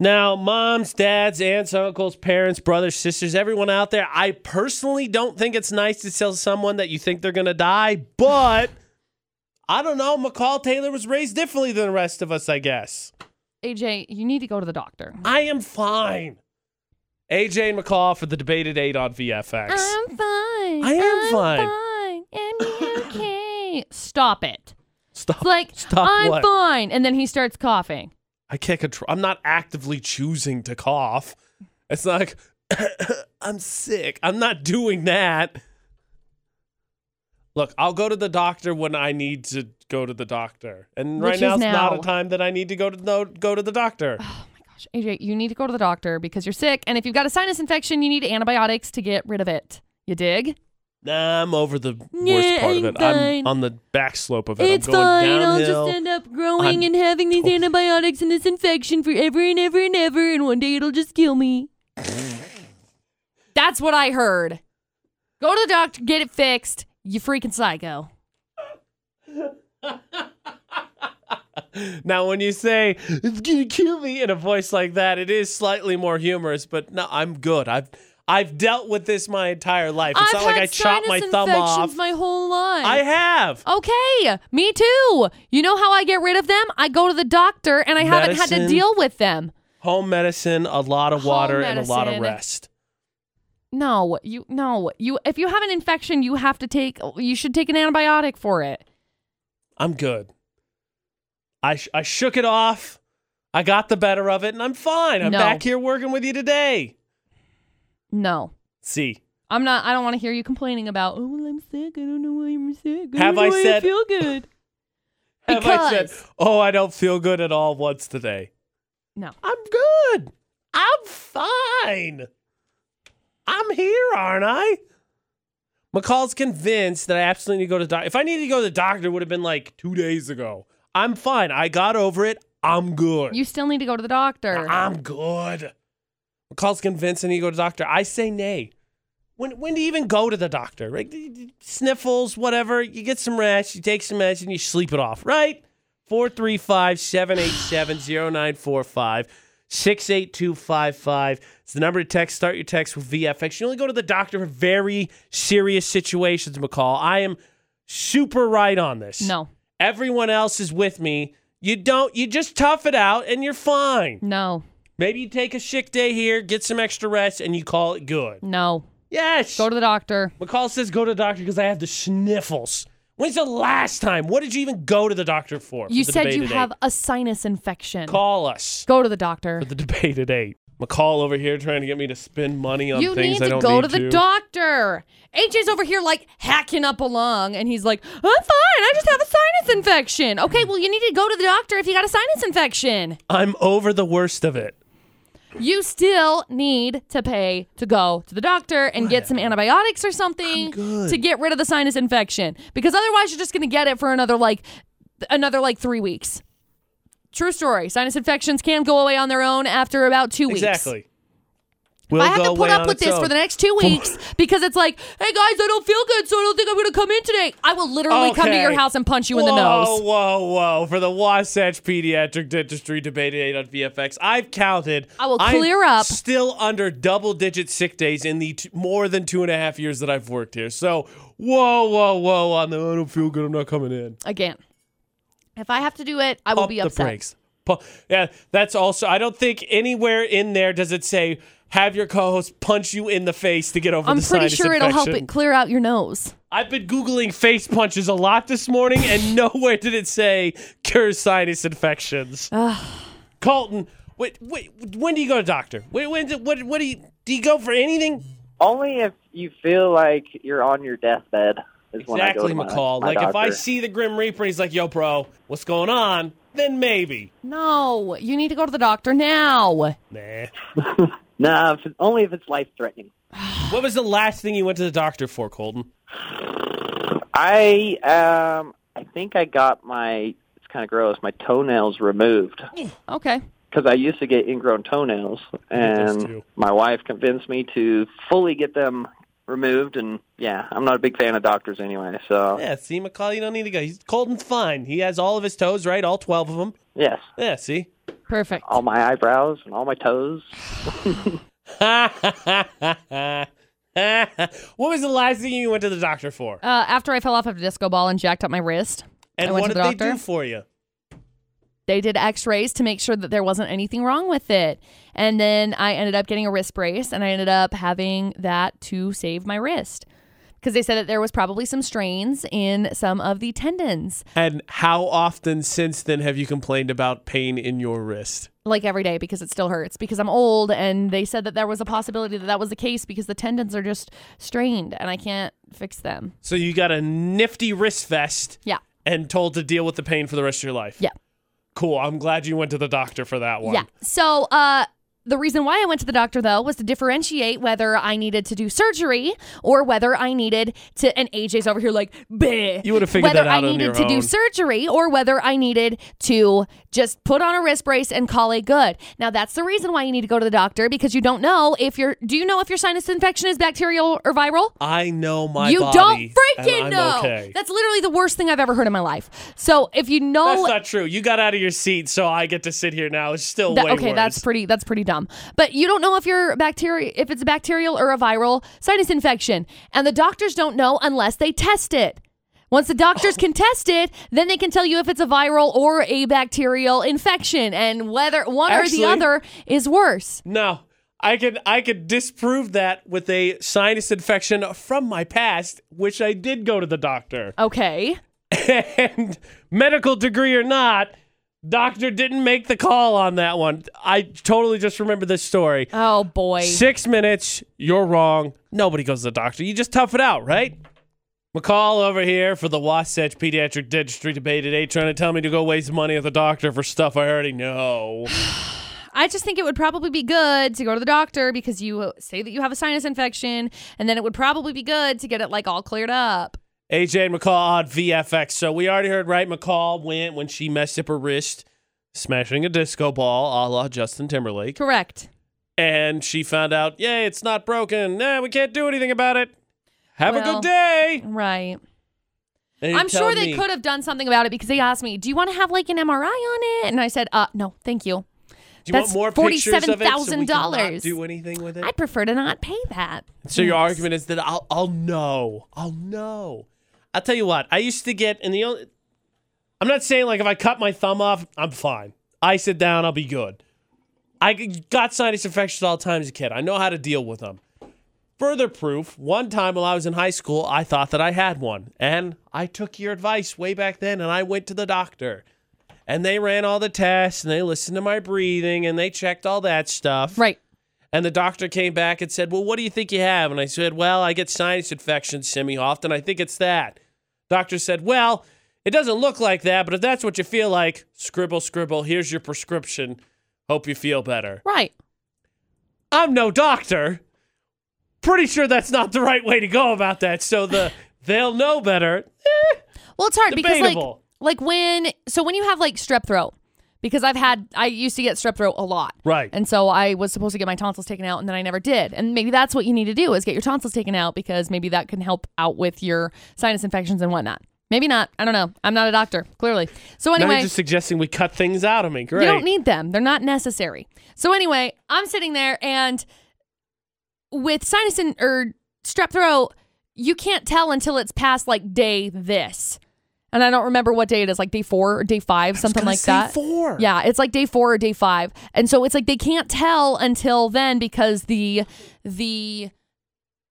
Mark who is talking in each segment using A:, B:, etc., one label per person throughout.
A: Now, moms, dads, aunts, uncles, parents, brothers, sisters, everyone out there, I personally don't think it's nice to tell someone that you think they're going to die, but I don't know. McCall Taylor was raised differently than the rest of us, I guess.
B: AJ, you need to go to the doctor.
A: I am fine. AJ and McCall for the debated eight on VFX.
B: I'm fine.
A: I am
B: I'm
A: fine.
B: fine. I'm okay. Stop it.
A: Stop.
B: It's like
A: Stop
B: I'm
A: what?
B: fine, and then he starts coughing.
A: I can't control. I'm not actively choosing to cough. It's not like I'm sick. I'm not doing that. Look, I'll go to the doctor when I need to go to the doctor, and
B: Which
A: right now
B: is
A: it's not
B: now.
A: a time that I need to go to no, go to the doctor.
B: Gosh, AJ, you need to go to the doctor because you're sick, and if you've got a sinus infection, you need antibiotics to get rid of it. You dig?
A: Nah, I'm over the
B: Yeah,
A: worst part of
B: I'm
A: it.
B: fine.
A: I'm on the back slope of it. I'm going downhill.
B: up
A: I'm-
B: and having these
A: Oh.
B: antibiotics and this infection forever and ever and ever, and one day it'll just kill me. That's what I heard. Go to the doctor, get it fixed. You freaking psycho.
A: Now, when you say "it's gonna kill me" in a voice like that, it is slightly more humorous. But no, I'm good. I've I've dealt with this my entire life. It's
B: I've
A: not like
B: had
A: I chopped my
B: sinus
A: thumb
B: infections
A: off.
B: my whole life.
A: I have.
B: Okay, me too. You know how I get rid of them? I go to the doctor and I haven't had to
A: Medicine.
B: deal with them.
A: Home medicine, a lot of
B: Home
A: water, and a lot of
B: medicine.
A: rest.
B: No, you no, you if you have an infection, you have to take you should take an antibiotic for it.
A: I'm good. I sh- I shook it off. I got the better of it, and I'm fine. I'm
B: No.
A: back here working with you today.
B: No.
A: See,
B: I'm not I don't want to hear you complaining about, "Oh, well, I'm sick. I don't know why I'm sick. I
A: Have
B: don't know
A: I
B: why
A: said-
B: feel good?"
A: have I said,
B: Because-
A: "Oh, I don't feel good at all" once today?
B: No.
A: I'm good. I'm fine. I'm here, aren't I? McCall's convinced that I absolutely need to go to the doctor. If I needed to go to the doctor, it would have been like two days ago. I'm fine. I got over it. I'm good.
B: You still need to go to the doctor.
A: I'm good. McCall's convinced I need to go to the doctor. I say nay. When when do you even go to the doctor? Right? Sniffles, whatever. You get some rest, you take some meds, and you sleep it off, right? 435 787 0945 68255. It's the number to text. Start your text with VFX. You only go to the doctor for very serious situations, McCall. I am super right on this.
B: No.
A: Everyone else is with me. You don't, you just tough it out and you're fine.
B: No.
A: Maybe you take a sick day here, get some extra rest, and you call it good.
B: No.
A: Yes.
B: Go to the doctor.
A: McCall says go to the doctor because I have the sniffles. When's the last time? What did you even go to the doctor for?
B: You
A: for the
B: said
A: debate
B: you
A: at
B: have
A: eight?
B: a sinus infection.
A: Call us
B: Go to the doctor.
A: for the debate at eight. McCall over here trying to get me to spend money on
B: You
A: things
B: need to
A: I don't
B: go
A: need
B: to the doctor. AJ's over here like hacking up along, and he's like, "I'm fine. I just have a sinus infection." Okay, well, you need to go to the doctor if you got a sinus infection.
A: I'm over the worst of it.
B: You still need to pay to go to the doctor and get some antibiotics or something
A: good.
B: to get rid of the sinus infection, because otherwise, you're just gonna get it for another like another like three weeks. True story. Sinus infections can go away on their own after about two weeks.
A: Exactly. We'll
B: I have
A: go
B: to
A: away
B: put up
A: on
B: with
A: its
B: this
A: own.
B: for the next two weeks because it's like, hey guys, I don't feel good, so I don't think I'm gonna come in today. I will literally come to your
A: Okay.
B: house and punch you in the
A: whoa,
B: nose.
A: Whoa, whoa, For the Wasatch Pediatric Dentistry Debate at 8 on VFX, I've counted.
B: I will
A: I'm
B: clear up.
A: Still under double digit sick days in the t- more than two and a half years that I've worked here. So, whoa, whoa, whoa. On the, I don't feel good. I'm not coming in.
B: Again, if I have to do it, I will
A: Pump
B: be
A: the
B: upset.
A: brakes. Pu- yeah, that's also. I don't think anywhere in there does it say have your co-host punch you in the face to get over
B: I'm
A: the
B: pretty
A: sinus
B: sure it'll help
A: infection.
B: it clear out your nose.
A: I've been Googling face punches a lot this morning, and nowhere did it say cure sinus infections. Colton, wait, wait, when do you go to doctor? Wait, when? Do, what? What do you? Do you go for anything?
C: Only if you feel like you're on your deathbed is when I go
A: Exactly,
C: to my,
A: McCall.
C: my
A: like if I
C: doctor.
A: see the Grim Reaper, and he's like, "Yo, bro, what's going on?" Then maybe.
B: No, you need to go to the doctor now.
A: Nah.
C: Nah, if, only if it's life threatening.
A: what was the last thing you went to the doctor for, Colton?
C: I um, I think I got my. It's kind of gross. My toenails removed
B: Okay.
C: because I used to get ingrown toenails,
A: get those
C: and
A: too.
C: my wife convinced me to fully get them removed, and yeah, I'm not a big fan of doctors anyway. So
A: Yeah, see, McCall, you don't need to go. He's Colton's fine. He has all of his toes, right? All 12 of them.
C: yes,
A: Yeah, see?
B: Perfect.
A: Oh.
C: all my eyebrows and all my toes.
A: what was the last thing you went to the doctor for?
B: Uh, after I fell off of a disco ball and jacked up my wrist,
A: And
B: I went
A: what
B: to
A: did
B: the
A: they
B: doctor.
A: do for you?
B: they did x-rays to make sure that there wasn't anything wrong with it and then i ended up getting a wrist brace and i ended up having that to save my wrist because they said that there was probably some strains in some of the tendons
A: And how often since then have you complained about pain in your wrist?
B: like every day because it still hurts because i'm old and they said that there was a possibility that that was the case because the tendons are just strained and i can't fix them
A: So you got a nifty wrist vest
B: yeah
A: and told to deal with the pain for the rest of your life.
B: Yeah.
A: Cool. I'm glad you went to the doctor for that one.
B: Yeah. So, uh, the reason why I went to the doctor though was to differentiate whether I needed to do surgery or whether I needed to. And AJ's over here like, bleh.
A: You would've figured
B: whether
A: that out
B: I
A: on
B: needed
A: your
B: to
A: own.
B: do surgery or whether I needed to just put on a wrist brace and call it good. Now that's the reason why you need to go to the doctor because you don't know if your. Do you know if your sinus infection is bacterial or viral?
A: I know my
B: you
A: body.
B: don't
A: and
B: freaking
A: I'm
B: know.
A: Okay.
B: That's literally the worst thing I've ever heard in my life. So if you know
A: That's not true. You got out of your seat, so I get to sit here now. It's still
B: That-
A: way
B: okay,
A: worse.
B: that's pretty. That's pretty dumb. But you don't know if your bacteria, if it's a bacterial or a viral sinus infection, and the doctors don't know unless they test it. Once the doctors can test it, then they can tell you if it's a viral or a bacterial infection, and whether one
A: Actually-
B: or the other is worse.
A: No, I could I could disprove that with a sinus infection from my past, which I did go to the doctor.
B: Okay.
A: and medical degree or not, doctor didn't make the call on that one. I totally just remember this story.
B: Oh boy.
A: Six minutes, you're wrong. Nobody goes to the doctor. You just tough it out, right? McCall over here for the Wasatch Pediatric Dentistry Debate today, trying to tell me to go waste money at the doctor for stuff I already know.
B: I just think it would probably be good to go to the doctor because you say that you have a sinus infection, and then it would probably be good to get it like all cleared up.
A: AJ and McCall on VFX. So we already heard, right? McCall went when she messed up her wrist, smashing a disco ball a la Justin Timberlake.
B: Correct.
A: and she found out, yay, it's not broken. Nah, we can't do anything about it. Have a
B: Well,
A: good day.
B: Right.
A: And he
B: I'm sure
A: told
B: they
A: me,
B: could have done something about it because they asked me, "Do you want to have like an MRI on it?" And I said, "Uh, no, thank you.
A: Do you
B: that's
A: want more pictures of it so we
B: $47,000.
A: cannot do anything with it?
B: I'd prefer to not pay that."
A: So your
B: Yes.
A: argument is that I'll I'll know. I'll know. I'll tell you what. I used to get and the only I'm not saying like if I cut my thumb off, I'm fine. Ice it down, I'll be good. I g- got sinus infections all the time as a kid. I know how to deal with them. Further proof, one time while I was in high school, I thought that I had one. And I took your advice way back then and I went to the doctor. And they ran all the tests and they listened to my breathing and they checked all that stuff.
B: Right.
A: And the doctor came back and said, Well, what do you think you have? And I said, Well, I get sinus infections semi often. I think it's that. Doctor said, Well, it doesn't look like that, but if that's what you feel like, scribble, scribble, here's your prescription. Hope you feel better.
B: Right.
A: I'm no doctor. Pretty sure that's not the right way to go about that. So the they'll know better.
B: Well, it's hard
A: Debatable.
B: because like like when so when you have like strep throat because I've had I used to get strep throat a lot.
A: Right.
B: And so I was supposed to get my tonsils taken out and then I never did. And maybe that's what you need to do is get your tonsils taken out because maybe that can help out with your sinus infections and whatnot. Maybe not. I don't know. I'm not a doctor, clearly. So
A: Now
B: anyway,
A: you're just suggesting we cut things out of me. Great.
B: You don't need them. They're not necessary. So anyway, I'm sitting there and with sinus and or strep throat, you can't tell until it's past like day this. And I don't remember what day it is, like day four or day five, something
A: gonna
B: like
A: say
B: that.
A: four.
B: Yeah, it's like day four or day five. And so it's like they can't tell until then because the the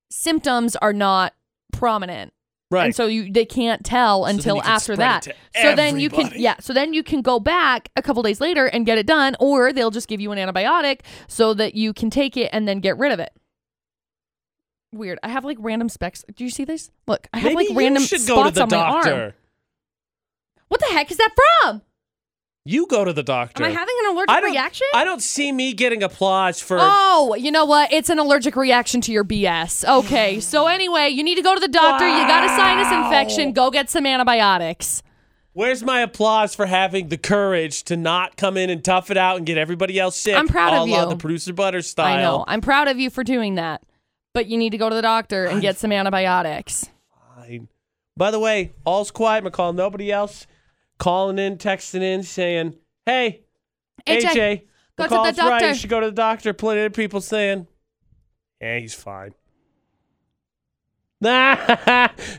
B: symptoms are not prominent.
A: right.
B: And so you they can't tell until
A: you can
B: after
A: spread
B: that.
A: it to
B: so then you can
A: everybody.
B: yeah, so then you can go back a couple days later and get it done or they'll just give you an antibiotic so that you can take it and then get rid of it. Weird. I have like random specs. Do you see this? Look, I have
A: Maybe
B: like random
A: you should
B: spots
A: go to the
B: on
A: doctor.
B: my arm. What the heck is that from?
A: You go to the doctor.
B: Am I having an allergic
A: I don't,
B: reaction?
A: I don't see me getting applause for
B: Oh, you know what? It's an allergic reaction to your BS. Okay. So anyway, you need to go to the doctor. You got a sinus infection. Go get some antibiotics.
A: Where's my applause for having the courage to not come in and tough it out and get everybody else sick?
B: I'm proud of
A: a la
B: you.
A: the producer butter
B: I
A: style.
B: know. I'm proud of you for doing that. but you need to go to the doctor and get some antibiotics.
A: Fine. By the way, all's quiet, McCall. Nobody else calling in, texting in, saying, hey,
B: AJ,
A: AJ,
B: go to the
A: McCall's right.
B: doctor."
A: You should go to the doctor. Plenty of people saying, yeah, he's fine.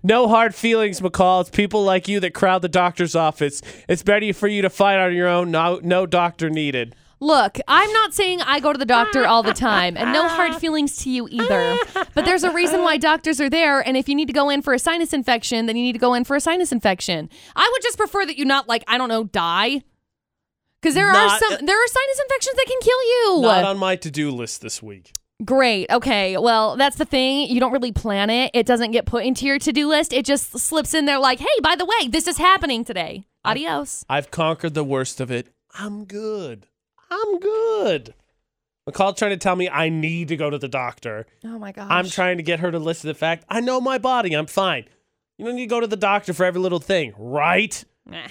A: no hard feelings, McCall. It's people like you that crowd the doctor's office. It's better for you to fight on your own. No, no doctor needed.
B: Look, I'm not saying I go to the doctor all the time, and no hard feelings to you either. But there's a reason why doctors are there, and if you need to go in for a sinus infection, then you need to go in for a sinus infection. I would just prefer that you not like I don't know die, because there
A: Not-
B: are some there are sinus infections that can kill you.
A: Not on my to-do list this week.
B: Great. Okay. Well, that's the thing. You don't really plan it. It doesn't get put into your to do list. It just slips in there like, hey, by the way, this is happening today. Adios.
A: I've conquered the worst of it. I'm good. I'm good. McCall trying to tell me I need to go to the doctor.
B: Oh my gosh.
A: I'm trying to get her to listen to the fact I know my body. I'm fine. You don't need to go to the doctor for every little thing, right?
B: Nah.